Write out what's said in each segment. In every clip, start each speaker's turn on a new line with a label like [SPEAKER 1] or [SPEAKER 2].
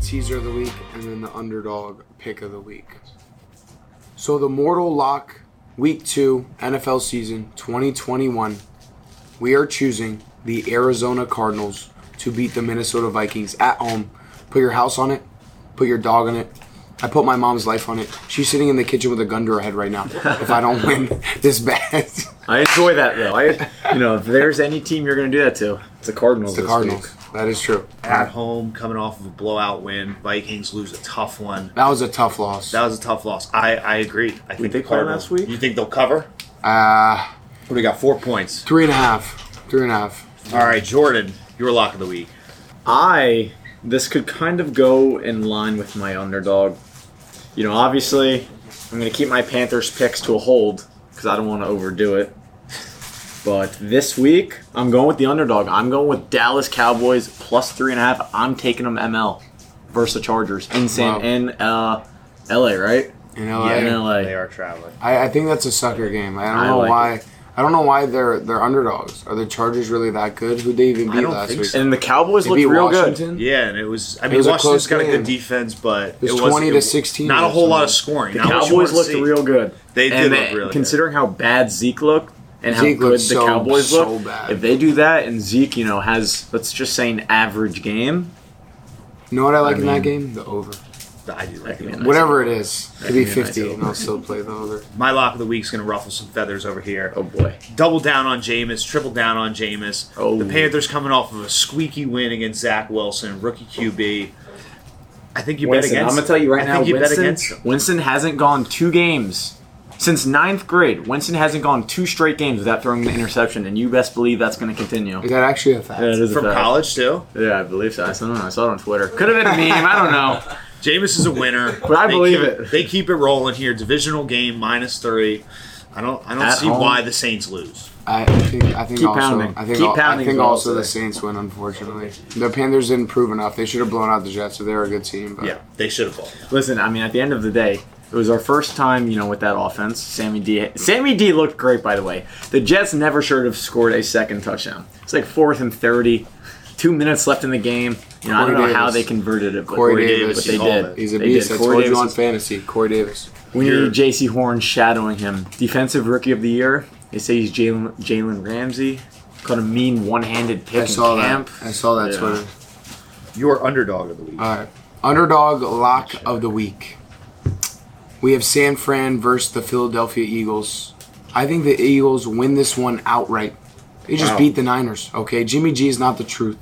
[SPEAKER 1] teaser of the week, and then the underdog pick of the week. So the Mortal Lock Week 2 NFL season 2021, we are choosing the Arizona Cardinals to beat the Minnesota Vikings at home. Put your house on it, put your dog on it. I put my mom's life on it. She's sitting in the kitchen with a gun to her head right now. If I don't win this bet,
[SPEAKER 2] I enjoy that though. I, you know, if there's any team you're going to do that to, it's the Cardinals.
[SPEAKER 1] the
[SPEAKER 2] this
[SPEAKER 1] Cardinals.
[SPEAKER 2] week.
[SPEAKER 1] That is true.
[SPEAKER 3] At home, coming off of a blowout win, Vikings lose a tough one.
[SPEAKER 1] That was a tough loss.
[SPEAKER 3] That was a tough loss. I, I agree. I think
[SPEAKER 2] they
[SPEAKER 3] the
[SPEAKER 2] play
[SPEAKER 3] Cardinals-
[SPEAKER 2] last week?
[SPEAKER 3] You think they'll cover?
[SPEAKER 1] Uh,
[SPEAKER 3] What do we got? Four points.
[SPEAKER 1] three and a half. Three and a half.
[SPEAKER 3] All right, Jordan, your lock of the week.
[SPEAKER 2] I this could kind of go in line with my underdog. You know, obviously, I'm going to keep my Panthers picks to a hold because I don't want to overdo it. But this week, I'm going with the underdog. I'm going with Dallas Cowboys plus three and a half. I'm taking them ML versus the Chargers in San
[SPEAKER 1] Wow.
[SPEAKER 2] in uh, LA, right?
[SPEAKER 1] In LA.
[SPEAKER 2] Yeah, in LA.
[SPEAKER 3] They are traveling.
[SPEAKER 1] I, I think that's a sucker game. I don't
[SPEAKER 2] I
[SPEAKER 1] know
[SPEAKER 2] like
[SPEAKER 1] why. I don't know why they're they're underdogs. Are the Chargers really that good? Who they even
[SPEAKER 3] I
[SPEAKER 1] beat
[SPEAKER 3] don't
[SPEAKER 1] last
[SPEAKER 3] think
[SPEAKER 1] week?
[SPEAKER 3] so.
[SPEAKER 2] And the Cowboys
[SPEAKER 1] They
[SPEAKER 2] look
[SPEAKER 1] beat
[SPEAKER 2] real good.
[SPEAKER 1] Washington.
[SPEAKER 3] Yeah, and it was. I mean,
[SPEAKER 1] was a close
[SPEAKER 3] Washington's got a
[SPEAKER 1] game.
[SPEAKER 3] good defense, but
[SPEAKER 1] was 20 to 16
[SPEAKER 3] Not a
[SPEAKER 1] or
[SPEAKER 3] whole lot of
[SPEAKER 1] something.
[SPEAKER 3] scoring.
[SPEAKER 2] The
[SPEAKER 3] Not what you
[SPEAKER 2] Cowboys
[SPEAKER 3] want
[SPEAKER 2] looked
[SPEAKER 3] to see.
[SPEAKER 2] real good.
[SPEAKER 3] They did
[SPEAKER 2] and
[SPEAKER 3] look really good.
[SPEAKER 2] Considering how bad Zeke looked and how
[SPEAKER 1] Zeke
[SPEAKER 2] good the
[SPEAKER 1] looked so-
[SPEAKER 2] Cowboys
[SPEAKER 1] so
[SPEAKER 2] looked,
[SPEAKER 1] bad.
[SPEAKER 2] if they do that and Zeke, you know, has let's just say an average game,
[SPEAKER 1] You know what I like
[SPEAKER 2] I
[SPEAKER 1] in that
[SPEAKER 2] mean-
[SPEAKER 1] game? The over.
[SPEAKER 3] I do like
[SPEAKER 2] could be
[SPEAKER 3] it.
[SPEAKER 2] nice.
[SPEAKER 1] Whatever it is, it could be
[SPEAKER 2] Yeah, I do.
[SPEAKER 1] fifty, and I'll still play the over.
[SPEAKER 3] My lock of the week's going to ruffle some feathers over here.
[SPEAKER 2] oh boy,
[SPEAKER 3] Double down on Jameis, triple down on Jameis.
[SPEAKER 2] Oh.
[SPEAKER 3] The Panthers coming off of a squeaky win against Zach Wilson, rookie QB. I think you
[SPEAKER 2] Winston,
[SPEAKER 3] bet
[SPEAKER 2] I'm
[SPEAKER 3] against.
[SPEAKER 2] gonna tell you right
[SPEAKER 3] I
[SPEAKER 2] now,
[SPEAKER 3] think you
[SPEAKER 2] Winston,
[SPEAKER 3] bet against them.
[SPEAKER 2] Winston hasn't gone two games since ninth grade. Winston hasn't gone two straight games without throwing an interception, and you best believe that's going to continue.
[SPEAKER 1] Is that actually a fact?
[SPEAKER 2] is
[SPEAKER 3] from college too.
[SPEAKER 2] Yeah, I believe so. I don't know. I saw it on Twitter. Could have been a meme. I don't know.
[SPEAKER 3] Jameis is a winner,
[SPEAKER 2] But I
[SPEAKER 3] They
[SPEAKER 2] believe
[SPEAKER 3] keep-
[SPEAKER 2] it.
[SPEAKER 3] They keep it rolling here. Divisional game minus three. I don't. I don't
[SPEAKER 2] At
[SPEAKER 3] see
[SPEAKER 2] home.
[SPEAKER 3] why the Saints lose.
[SPEAKER 1] I I think I think
[SPEAKER 2] Keep
[SPEAKER 1] also
[SPEAKER 2] pounding.
[SPEAKER 1] I think
[SPEAKER 2] Keep
[SPEAKER 1] al-
[SPEAKER 2] pounding
[SPEAKER 1] I think
[SPEAKER 2] is what I'll
[SPEAKER 1] also the
[SPEAKER 2] say.
[SPEAKER 1] Saints win. Unfortunately, the Panthers didn't prove enough. They should have blown out the Jets. So they're a good team. But
[SPEAKER 3] Yeah, they should have won.
[SPEAKER 2] Listen, I mean, at the end of the day, it was our first time, you know, with that offense. Sammy D. Sammy D. looked great, by the way. The Jets never should have scored a second touchdown. It's like fourth and thirty, two minutes left in the game. You know, I
[SPEAKER 1] Corey
[SPEAKER 2] don't know how
[SPEAKER 1] Davis.
[SPEAKER 2] they converted it, but
[SPEAKER 1] Corey,
[SPEAKER 3] Corey
[SPEAKER 1] Davis,
[SPEAKER 3] Davis,
[SPEAKER 2] but they
[SPEAKER 3] all of
[SPEAKER 2] did.
[SPEAKER 3] it.
[SPEAKER 1] he's a
[SPEAKER 2] They
[SPEAKER 1] beast.
[SPEAKER 2] did.
[SPEAKER 1] I
[SPEAKER 2] Corey
[SPEAKER 1] told you
[SPEAKER 2] Davis
[SPEAKER 1] on
[SPEAKER 2] is-
[SPEAKER 1] fantasy, Corey Davis.
[SPEAKER 2] We
[SPEAKER 3] You're-
[SPEAKER 2] need J.C. Horn shadowing him. Defensive Rookie of the Year. They say he's Jalen Jalen Ramsey. Caught a mean one-handed pick
[SPEAKER 1] I saw
[SPEAKER 2] in
[SPEAKER 1] that.
[SPEAKER 2] camp.
[SPEAKER 1] I saw that
[SPEAKER 2] Yeah.
[SPEAKER 1] Twitter.
[SPEAKER 3] Your underdog of the week.
[SPEAKER 2] Uh,
[SPEAKER 1] All right. Underdog lock of the week. We have San Fran versus the Philadelphia Eagles. I think the Eagles win this one outright. They just
[SPEAKER 2] Wow.
[SPEAKER 1] beat the Niners. Okay, Jimmy G is not the truth.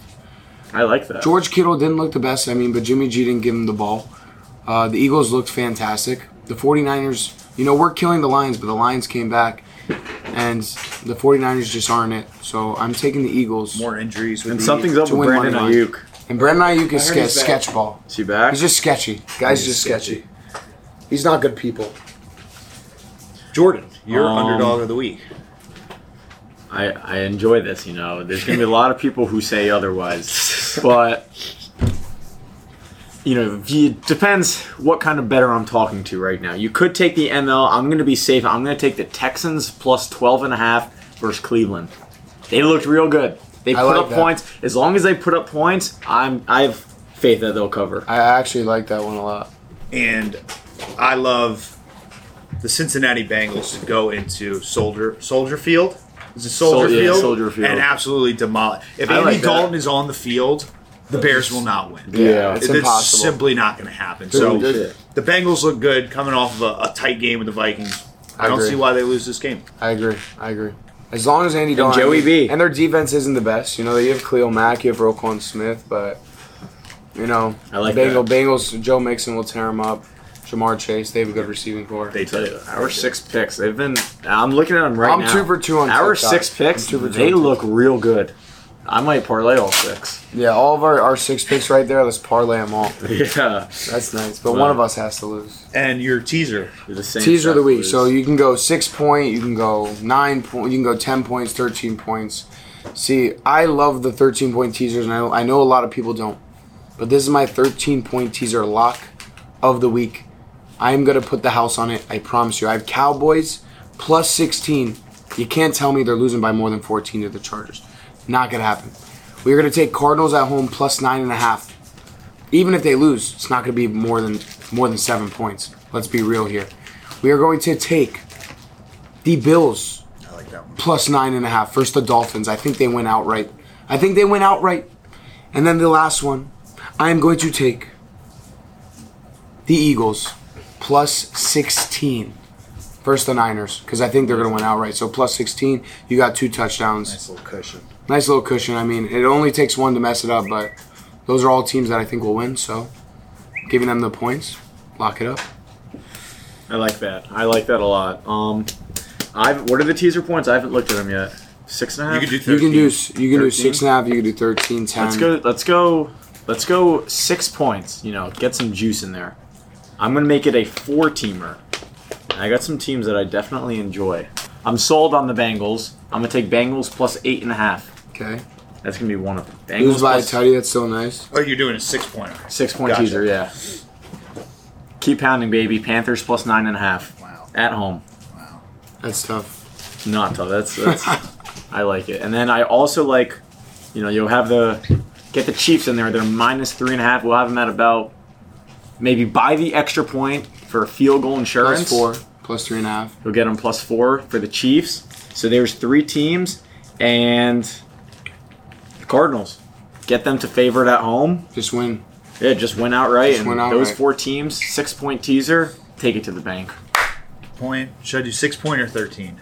[SPEAKER 2] I like that.
[SPEAKER 1] George Kittle didn't look the best, I mean, but Jimmy G didn't give him the ball. Uh, the Eagles looked fantastic. The 49ers, you know, we're killing the Lions, but the Lions came back, and the 49ers just aren't it. So I'm taking the Eagles.
[SPEAKER 3] More injuries. With
[SPEAKER 2] and
[SPEAKER 3] the
[SPEAKER 2] something's up
[SPEAKER 1] to
[SPEAKER 2] with
[SPEAKER 1] win
[SPEAKER 2] Brandon
[SPEAKER 1] money line.
[SPEAKER 2] Ayuk.
[SPEAKER 1] And Brandon Ayuk is
[SPEAKER 4] I heard
[SPEAKER 1] sketch,
[SPEAKER 4] he's back.
[SPEAKER 1] sketch ball.
[SPEAKER 2] Is he back?
[SPEAKER 1] He's just sketchy. Guy's just sketchy. He's not good people.
[SPEAKER 3] Jordan. Your
[SPEAKER 2] Um,
[SPEAKER 3] underdog of the week.
[SPEAKER 2] I, I enjoy this, you know. There's going to be a lot of people who say otherwise. But, you know, it depends what kind of better I'm talking to right now. You could take the ML. I'm going to be safe. I'm going to take the Texans plus 12 and a half versus Cleveland. They looked real good. They
[SPEAKER 1] I
[SPEAKER 2] put
[SPEAKER 1] like
[SPEAKER 2] up
[SPEAKER 1] that.
[SPEAKER 2] points. As long as they put up points, I'm I have faith that they'll cover.
[SPEAKER 1] I actually like that one a lot.
[SPEAKER 3] and I love the Cincinnati Bengals to go into Soldier Soldier Field. Is it
[SPEAKER 2] Sol-
[SPEAKER 3] Soldier
[SPEAKER 2] yeah,
[SPEAKER 3] Field?
[SPEAKER 2] Soldier Field.
[SPEAKER 3] And absolutely demolish. If
[SPEAKER 2] I
[SPEAKER 3] Andy
[SPEAKER 2] like that.
[SPEAKER 3] Dalton is on the field, the Bears will not win.
[SPEAKER 2] Yeah.
[SPEAKER 1] it's
[SPEAKER 3] That's
[SPEAKER 1] impossible.
[SPEAKER 3] simply not going to happen.
[SPEAKER 1] Holy
[SPEAKER 3] So
[SPEAKER 1] shit.
[SPEAKER 3] the Bengals look good coming off of a, a tight game with the Vikings. I,
[SPEAKER 1] I
[SPEAKER 3] don't
[SPEAKER 1] agree.
[SPEAKER 3] see why they lose this game.
[SPEAKER 1] I agree. I agree. As long as Andy Dalton
[SPEAKER 2] Joey B.
[SPEAKER 1] and their defense isn't the best, you know, you have Cleo Mack, you have Roquan Smith, but you know,
[SPEAKER 2] I like
[SPEAKER 1] Bengal,
[SPEAKER 2] that.
[SPEAKER 1] Bengals. Joe Mixon will tear him up. Jamar Chase, they have a good receiving core.
[SPEAKER 3] They
[SPEAKER 2] tell
[SPEAKER 3] do.
[SPEAKER 2] you, our six picks, they've been. I'm looking at them right
[SPEAKER 1] I'm
[SPEAKER 2] now.
[SPEAKER 1] two for two on
[SPEAKER 2] Our
[SPEAKER 1] TikTok.
[SPEAKER 2] six picks,
[SPEAKER 1] I'm two for two
[SPEAKER 2] they
[SPEAKER 1] on
[SPEAKER 2] look real good. I might parlay all six.
[SPEAKER 1] Yeah, all of our, our six picks right there. Let's parlay them all.
[SPEAKER 2] Yeah.
[SPEAKER 1] That's nice, but
[SPEAKER 2] Wow.
[SPEAKER 1] one of us has to lose.
[SPEAKER 3] And your teaser.
[SPEAKER 2] The Saints
[SPEAKER 1] Teaser of the
[SPEAKER 2] have
[SPEAKER 1] week.
[SPEAKER 2] to
[SPEAKER 1] So
[SPEAKER 2] lose.
[SPEAKER 1] you can go six point, you can go nine point, you can go ten points, thirteen points. See, I love the thirteen point teasers, and I, I know a lot of people don't, but this is my thirteen point teaser lock of the week. I am gonna put the house on it. I promise you. I have Cowboys plus sixteen. You can't tell me they're losing by more than fourteen to the Chargers. Not gonna happen. We're gonna take Cardinals at home plus nine and a half. Even if they lose, it's not going to be more than more than seven points. Let's be real here. We are going to take the Bills
[SPEAKER 3] I like that one.
[SPEAKER 1] plus nine and a half versus the Dolphins. I think they win outright. I think they win outright. And then the last one, I am going to take the Eagles plus 16 versus the Niners because I think they're going to win outright. So plus 16, you got two touchdowns.
[SPEAKER 3] Nice little cushion.
[SPEAKER 1] Nice little cushion. I mean, it only takes one to mess it up, but those are all teams that I think will win. So giving them the points, lock it up.
[SPEAKER 2] I like that. I like that a lot. Um, I've what are the teaser points? I haven't looked at them yet. Six and a half.
[SPEAKER 3] You could do
[SPEAKER 1] You
[SPEAKER 3] 13.
[SPEAKER 1] can do s- you can do
[SPEAKER 2] 13?
[SPEAKER 1] six and a half. You can do 13, 10.
[SPEAKER 2] Let's go. Let's go. Let's go six points. You know, get some juice in there. I'm gonna make it a four-teamer. I got some teams that I definitely enjoy. I'm sold on the Bengals. I'm gonna take Bengals plus eight and a half.
[SPEAKER 1] Okay.
[SPEAKER 2] That's gonna be one of them. Bengals
[SPEAKER 1] Lose by a
[SPEAKER 2] plus
[SPEAKER 1] tutty. That's still nice.
[SPEAKER 3] Oh, you're doing a six pointer.
[SPEAKER 2] six-point
[SPEAKER 3] Gotcha.
[SPEAKER 2] teaser. Yeah. Keep pounding, baby. Panthers plus nine and a half
[SPEAKER 3] Wow.
[SPEAKER 2] at home.
[SPEAKER 3] Wow.
[SPEAKER 1] That's tough.
[SPEAKER 2] Not tough. That's, that's I like it. And then I also like, you know, you'll have the get the Chiefs in there. They're minus three and a half. We'll have them at about maybe buy the extra point for field goal insurance.
[SPEAKER 1] Plus four, plus three and a half.
[SPEAKER 2] You'll get them plus four for the Chiefs. So there's three teams, and the Cardinals get them to favorite at home.
[SPEAKER 1] Just win.
[SPEAKER 2] Yeah, just win outright.
[SPEAKER 1] Just
[SPEAKER 2] and
[SPEAKER 1] win
[SPEAKER 2] those
[SPEAKER 1] outright.
[SPEAKER 2] four teams, six point teaser, take it to the bank.
[SPEAKER 3] Point. Should I do six point or thirteen?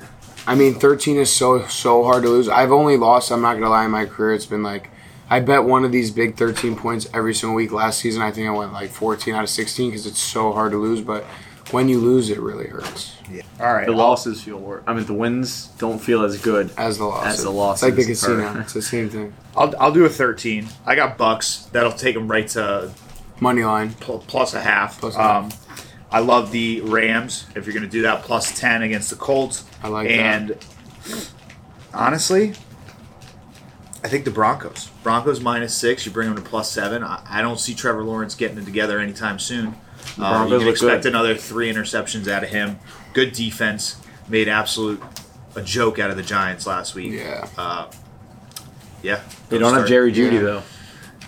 [SPEAKER 1] I mean, 13 is so so hard to lose. I've only lost. I'm not gonna lie. In my career, it's been like I bet one of these big 13 points every single week. Last season, I think I went like 14 out of 16 because it's so hard to lose. But when you lose, it really hurts
[SPEAKER 3] All right.
[SPEAKER 2] The
[SPEAKER 3] I'll-
[SPEAKER 2] losses feel worse. I mean, the wins don't feel as good.
[SPEAKER 1] as the loss.
[SPEAKER 2] As the
[SPEAKER 1] it's like the
[SPEAKER 2] losses
[SPEAKER 1] casino.
[SPEAKER 2] hurt.
[SPEAKER 1] It's the same thing.
[SPEAKER 3] I'll, I'll do a 13. I got bucks. That'll take them right to
[SPEAKER 1] Money line.
[SPEAKER 3] pl- plus a half.
[SPEAKER 1] Plus a half.
[SPEAKER 3] um, I love the Rams. If you're going to do that, plus 10 against the Colts.
[SPEAKER 1] I like
[SPEAKER 3] and honestly, I think the Broncos. Broncos minus six. You bring them to plus seven. I, I don't see Trevor Lawrence getting it together anytime soon. Uh,
[SPEAKER 2] Broncos
[SPEAKER 3] you can
[SPEAKER 2] look
[SPEAKER 3] expect
[SPEAKER 2] good.
[SPEAKER 3] another three interceptions out of him. Good defense. Made absolute a joke out of the Giants last week.
[SPEAKER 1] Yeah.
[SPEAKER 3] Uh, yeah.
[SPEAKER 2] They don't have
[SPEAKER 3] Start-
[SPEAKER 2] Jerry Judy
[SPEAKER 1] Yeah.
[SPEAKER 2] though.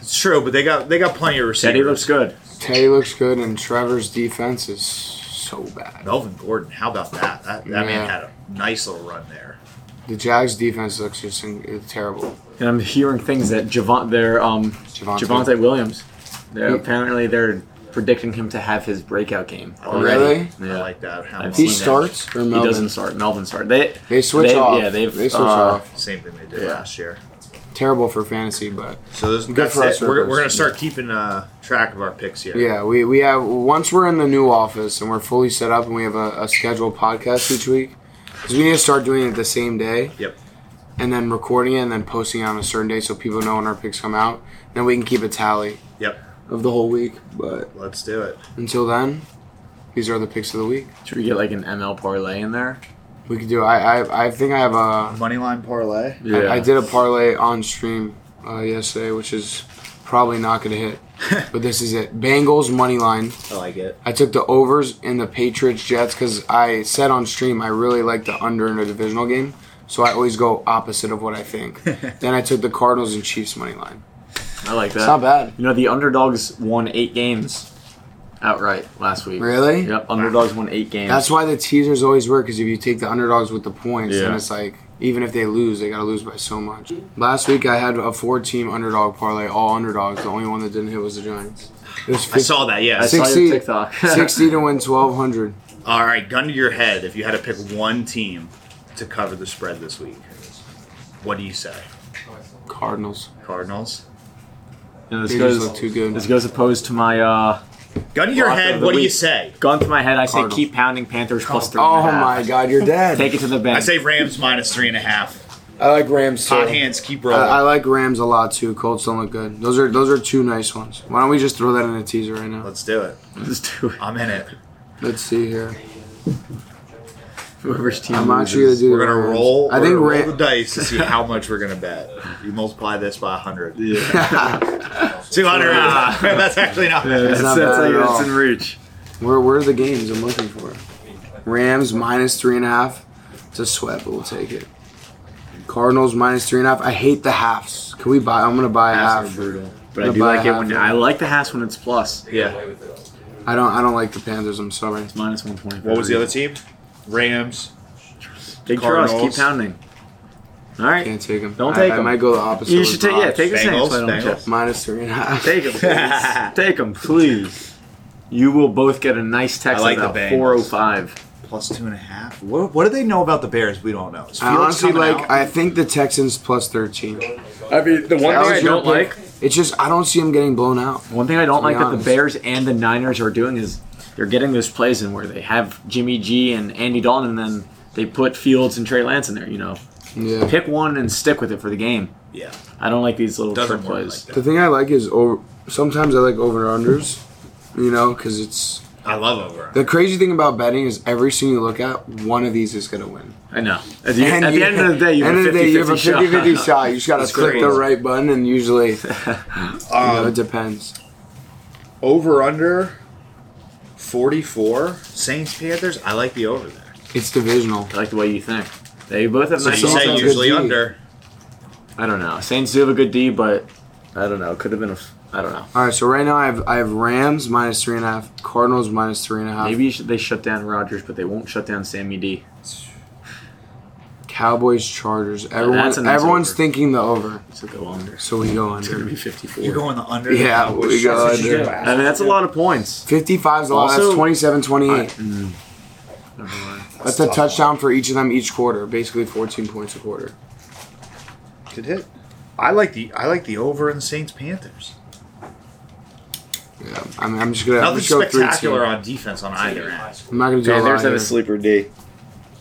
[SPEAKER 3] It's true, but they got they got plenty of receivers.
[SPEAKER 2] Teddy looks good.
[SPEAKER 1] Teddy looks good, and Trevor's defense is so bad.
[SPEAKER 3] Melvin Gordon, how about that? That, that
[SPEAKER 1] Yeah.
[SPEAKER 3] man had a nice little run there.
[SPEAKER 1] The Jags' defense looks just in- terrible.
[SPEAKER 2] And I'm hearing things that Javon, their um,
[SPEAKER 1] Javonte.
[SPEAKER 2] Javante Williams, they're,
[SPEAKER 1] Yeah.
[SPEAKER 2] apparently they're predicting him to have his breakout game.
[SPEAKER 3] Oh,
[SPEAKER 1] really?
[SPEAKER 2] Yeah.
[SPEAKER 3] I like that. How
[SPEAKER 2] I've
[SPEAKER 1] He
[SPEAKER 2] seen
[SPEAKER 3] much-
[SPEAKER 2] that.
[SPEAKER 1] starts or
[SPEAKER 2] he
[SPEAKER 1] Melvin?
[SPEAKER 2] doesn't start. Melvin start. They
[SPEAKER 1] They switch
[SPEAKER 2] they've-
[SPEAKER 1] off.
[SPEAKER 2] Yeah, they've
[SPEAKER 1] they switch
[SPEAKER 2] uh,
[SPEAKER 1] off.
[SPEAKER 3] Same thing they did
[SPEAKER 2] Yeah.
[SPEAKER 3] last year.
[SPEAKER 1] Terrible for fantasy, but
[SPEAKER 3] So this,
[SPEAKER 1] Good
[SPEAKER 3] that's
[SPEAKER 1] for
[SPEAKER 3] it.
[SPEAKER 1] us,
[SPEAKER 3] We're,
[SPEAKER 1] Rivers.
[SPEAKER 3] we're gonna start keeping uh, track of our picks here.
[SPEAKER 1] Yeah, we, we have once we're in the new office and we're fully set up and we have a, a scheduled podcast each week. Because we need to start doing it the same day
[SPEAKER 3] Yep.
[SPEAKER 1] and then recording it and then posting it on a certain day so people know when our picks come out. Then we can keep a tally
[SPEAKER 3] Yep.
[SPEAKER 1] of the whole week. But
[SPEAKER 3] Let's do it.
[SPEAKER 1] until then, these are the picks of the week.
[SPEAKER 2] Should we get like an ML parlay in there?
[SPEAKER 1] We could do. I I, I think I have a.
[SPEAKER 3] Moneyline parlay.
[SPEAKER 1] I- I, did a parlay on stream uh, yesterday, which is probably not going to hit. but this is it. Bengals money line.
[SPEAKER 3] I like it.
[SPEAKER 1] I took the overs in the Patriots Jets because I said on stream I really like the under in a divisional game, so I always go opposite of what I think. then I took the Cardinals and Chiefs money line.
[SPEAKER 2] I like that.
[SPEAKER 1] It's not bad,
[SPEAKER 2] You know the underdogs won eight games outright last week.
[SPEAKER 1] really.
[SPEAKER 2] Yep, underdogs won eight games.
[SPEAKER 1] That's why the teasers always work because if you take the underdogs with the points, then
[SPEAKER 2] Yeah.
[SPEAKER 1] it's like even if they lose, they gotta lose by so much. Last week I had a four-team underdog parlay, all underdogs. The only one that didn't hit was the Giants. It was
[SPEAKER 3] I saw that. Yeah.
[SPEAKER 2] I saw your
[SPEAKER 1] 60
[SPEAKER 2] TikTok.
[SPEAKER 1] 60 to win 1200.
[SPEAKER 3] All right. Gun to your head. If you had to pick one team to cover the spread this week, what do you say?
[SPEAKER 1] Cardinals.
[SPEAKER 3] Cardinals.
[SPEAKER 2] And this
[SPEAKER 1] They just
[SPEAKER 2] goes
[SPEAKER 1] look too good.
[SPEAKER 2] this goes opposed to my uh,
[SPEAKER 3] Gun to your
[SPEAKER 2] Lock of
[SPEAKER 3] head.
[SPEAKER 2] the
[SPEAKER 3] What do you
[SPEAKER 2] week.
[SPEAKER 3] say?
[SPEAKER 2] gone through my head. I say
[SPEAKER 1] Cardinals.
[SPEAKER 2] keep pounding Panthers plus three. and a
[SPEAKER 1] Oh
[SPEAKER 2] half.
[SPEAKER 1] my God, you're dead.
[SPEAKER 2] Take it to the bank.
[SPEAKER 3] I say Rams minus three and a half.
[SPEAKER 1] I like Rams too.
[SPEAKER 3] Hot hands. Keep
[SPEAKER 1] I,
[SPEAKER 3] rolling.
[SPEAKER 1] I like Rams a lot too. Colts don't look good. Those are those are two nice ones. Why don't we just throw that in a teaser right now?
[SPEAKER 3] Let's do it.
[SPEAKER 2] Let's do it.
[SPEAKER 3] I'm in it.
[SPEAKER 1] Let's see here.
[SPEAKER 2] Whoever's team
[SPEAKER 1] I'm actually gonna
[SPEAKER 2] loses.
[SPEAKER 1] do.
[SPEAKER 3] We're
[SPEAKER 1] the
[SPEAKER 3] gonna
[SPEAKER 1] Rams.
[SPEAKER 3] roll.
[SPEAKER 1] I think
[SPEAKER 3] we're gonna
[SPEAKER 1] Rams.
[SPEAKER 3] roll the dice to see how much we're gonna bet. You multiply this by hundred. Two hundred.
[SPEAKER 2] Ah.
[SPEAKER 3] That's actually not.
[SPEAKER 2] Yeah,
[SPEAKER 1] It's not bad at all.
[SPEAKER 2] reach.
[SPEAKER 1] Where where are the games I'm looking for? Rams minus three and a half. It's a sweat, but we'll take it. Cardinals minus three and a half. I hate the halves. Can we buy? I'm gonna buy a half.
[SPEAKER 3] brutal.
[SPEAKER 2] But I
[SPEAKER 1] Gonna
[SPEAKER 2] do
[SPEAKER 1] buy
[SPEAKER 2] like it
[SPEAKER 1] half
[SPEAKER 2] when
[SPEAKER 1] of
[SPEAKER 2] I
[SPEAKER 1] it.
[SPEAKER 2] like the Haas when it's plus.
[SPEAKER 3] Yeah.
[SPEAKER 1] I don't. I don't like the Panthers. I'm sorry.
[SPEAKER 2] Minus one twenty.
[SPEAKER 3] What was the other team? Rams.
[SPEAKER 2] Big trust. Keep
[SPEAKER 3] Cardinals?
[SPEAKER 2] pounding. All right.
[SPEAKER 1] Can't take them.
[SPEAKER 2] Don't
[SPEAKER 1] I,
[SPEAKER 2] take
[SPEAKER 1] I
[SPEAKER 2] 'em.
[SPEAKER 1] might go the opposite.
[SPEAKER 2] You
[SPEAKER 1] with
[SPEAKER 2] should take. Yeah,
[SPEAKER 1] Bronx.
[SPEAKER 2] take the
[SPEAKER 3] Bengals,
[SPEAKER 2] Saints. I don't
[SPEAKER 3] Bengals.
[SPEAKER 2] care.
[SPEAKER 1] minus three and a half.
[SPEAKER 2] Take them, please. Take them, please. You will both get a nice text
[SPEAKER 3] I like
[SPEAKER 2] at
[SPEAKER 3] the
[SPEAKER 2] about
[SPEAKER 3] Bengals.
[SPEAKER 2] 405.
[SPEAKER 3] Plus two and a half. What, what do they know about the Bears? We don't know. Is
[SPEAKER 1] I
[SPEAKER 3] Felix
[SPEAKER 1] honestly
[SPEAKER 3] coming
[SPEAKER 1] like.
[SPEAKER 3] out?
[SPEAKER 1] I think the Texans plus thirteen.
[SPEAKER 2] I mean, the one
[SPEAKER 1] That was your pick. It's just I don't see them getting blown out.
[SPEAKER 2] One thing I don't
[SPEAKER 1] To be
[SPEAKER 2] like that the
[SPEAKER 1] honest.
[SPEAKER 2] Bears and the Niners are doing is they're getting those plays in where they have Jimmy G and Andy Dalton, and then they put Fields and Trey Lance in there. You know,
[SPEAKER 1] Yeah.
[SPEAKER 2] pick one and stick with it for the game.
[SPEAKER 3] Yeah.
[SPEAKER 2] I don't like these little
[SPEAKER 3] Doesn't
[SPEAKER 2] trick
[SPEAKER 3] work
[SPEAKER 2] plays.
[SPEAKER 3] like
[SPEAKER 1] The
[SPEAKER 3] that.
[SPEAKER 1] thing I like is over. Sometimes I like over unders. You know, because it's
[SPEAKER 3] I love over.
[SPEAKER 1] the crazy thing about betting is every scene you look at, one of these is gonna win.
[SPEAKER 2] I know. At the,
[SPEAKER 1] And
[SPEAKER 2] at
[SPEAKER 1] you-
[SPEAKER 2] the end of the day, you have,
[SPEAKER 1] end
[SPEAKER 2] a
[SPEAKER 1] of the day, you have a
[SPEAKER 2] 50-50
[SPEAKER 1] 50 50
[SPEAKER 2] shot.
[SPEAKER 1] shot. You just gotta
[SPEAKER 3] It's
[SPEAKER 1] click
[SPEAKER 3] crazy.
[SPEAKER 1] the right button, and usually, you know, it
[SPEAKER 3] Um,
[SPEAKER 1] depends.
[SPEAKER 3] over under 44. Saints Panthers. I like the over there.
[SPEAKER 1] It's divisional.
[SPEAKER 2] I like the way you think. They both have
[SPEAKER 3] So
[SPEAKER 2] nice
[SPEAKER 3] you
[SPEAKER 1] Saints
[SPEAKER 3] say
[SPEAKER 1] have
[SPEAKER 2] offenses.
[SPEAKER 1] good
[SPEAKER 3] usually
[SPEAKER 1] D.
[SPEAKER 3] under.
[SPEAKER 2] I don't know. Saints do have a good D, but I don't know. Could have been a. f- I don't know.
[SPEAKER 1] All right, so right now I have I have Rams minus three and a half, Cardinals minus three and a half,
[SPEAKER 2] Maybe you should, they shut down Rodgers, but they won't shut down Sammy D.
[SPEAKER 1] Cowboys, Chargers. Everyone,
[SPEAKER 2] that's a nice
[SPEAKER 1] everyone's
[SPEAKER 2] over.
[SPEAKER 1] thinking the over,
[SPEAKER 2] So go under.
[SPEAKER 1] so we go
[SPEAKER 2] It's going to
[SPEAKER 1] under.
[SPEAKER 2] be 54.
[SPEAKER 3] You're going the under.
[SPEAKER 1] Yeah,
[SPEAKER 3] Cowboys.
[SPEAKER 1] we go
[SPEAKER 3] That's what you
[SPEAKER 1] under.
[SPEAKER 3] do.
[SPEAKER 2] I mean, that's a lot of points.
[SPEAKER 1] 55 is a lot. That's
[SPEAKER 2] Also-
[SPEAKER 1] 27, 28.
[SPEAKER 2] Never mind.
[SPEAKER 1] That's a touchdown for each of them each quarter, basically 14 points a quarter.
[SPEAKER 3] Could hit. I like the I like the over in the Saints Panthers.
[SPEAKER 1] Yeah, I mean, I'm just gonna I'm
[SPEAKER 3] Nothing
[SPEAKER 1] just go three. team.
[SPEAKER 3] spectacular on defense on either end.
[SPEAKER 1] I'm not gonna do a lot.
[SPEAKER 2] Panthers have
[SPEAKER 1] here.
[SPEAKER 2] a sleeper D.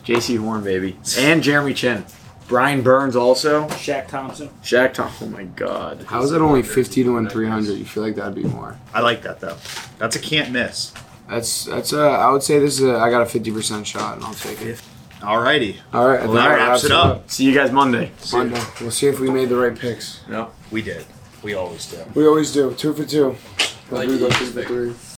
[SPEAKER 2] JC Horn, baby. And Jeremy Chin. Brian Burns also.
[SPEAKER 4] Shaq Thompson.
[SPEAKER 2] Shaq Tom. Oh, my God.
[SPEAKER 1] How is it only 50 to win 300? You feel like that'd be more.
[SPEAKER 3] I like that though. That's a can't miss.
[SPEAKER 1] That's that's a. I would say this is. A, I got a 50% shot, and I'll take it.
[SPEAKER 3] Alrighty.
[SPEAKER 1] All right, I
[SPEAKER 3] Well,
[SPEAKER 1] think
[SPEAKER 3] that
[SPEAKER 1] that
[SPEAKER 3] wraps it up.
[SPEAKER 2] See you guys Monday.
[SPEAKER 1] Monday. We'll see if we made the right picks.
[SPEAKER 2] No.
[SPEAKER 3] We did. We always do.
[SPEAKER 1] We always do. Two for two.
[SPEAKER 4] Like
[SPEAKER 1] we go
[SPEAKER 4] the
[SPEAKER 1] two for three.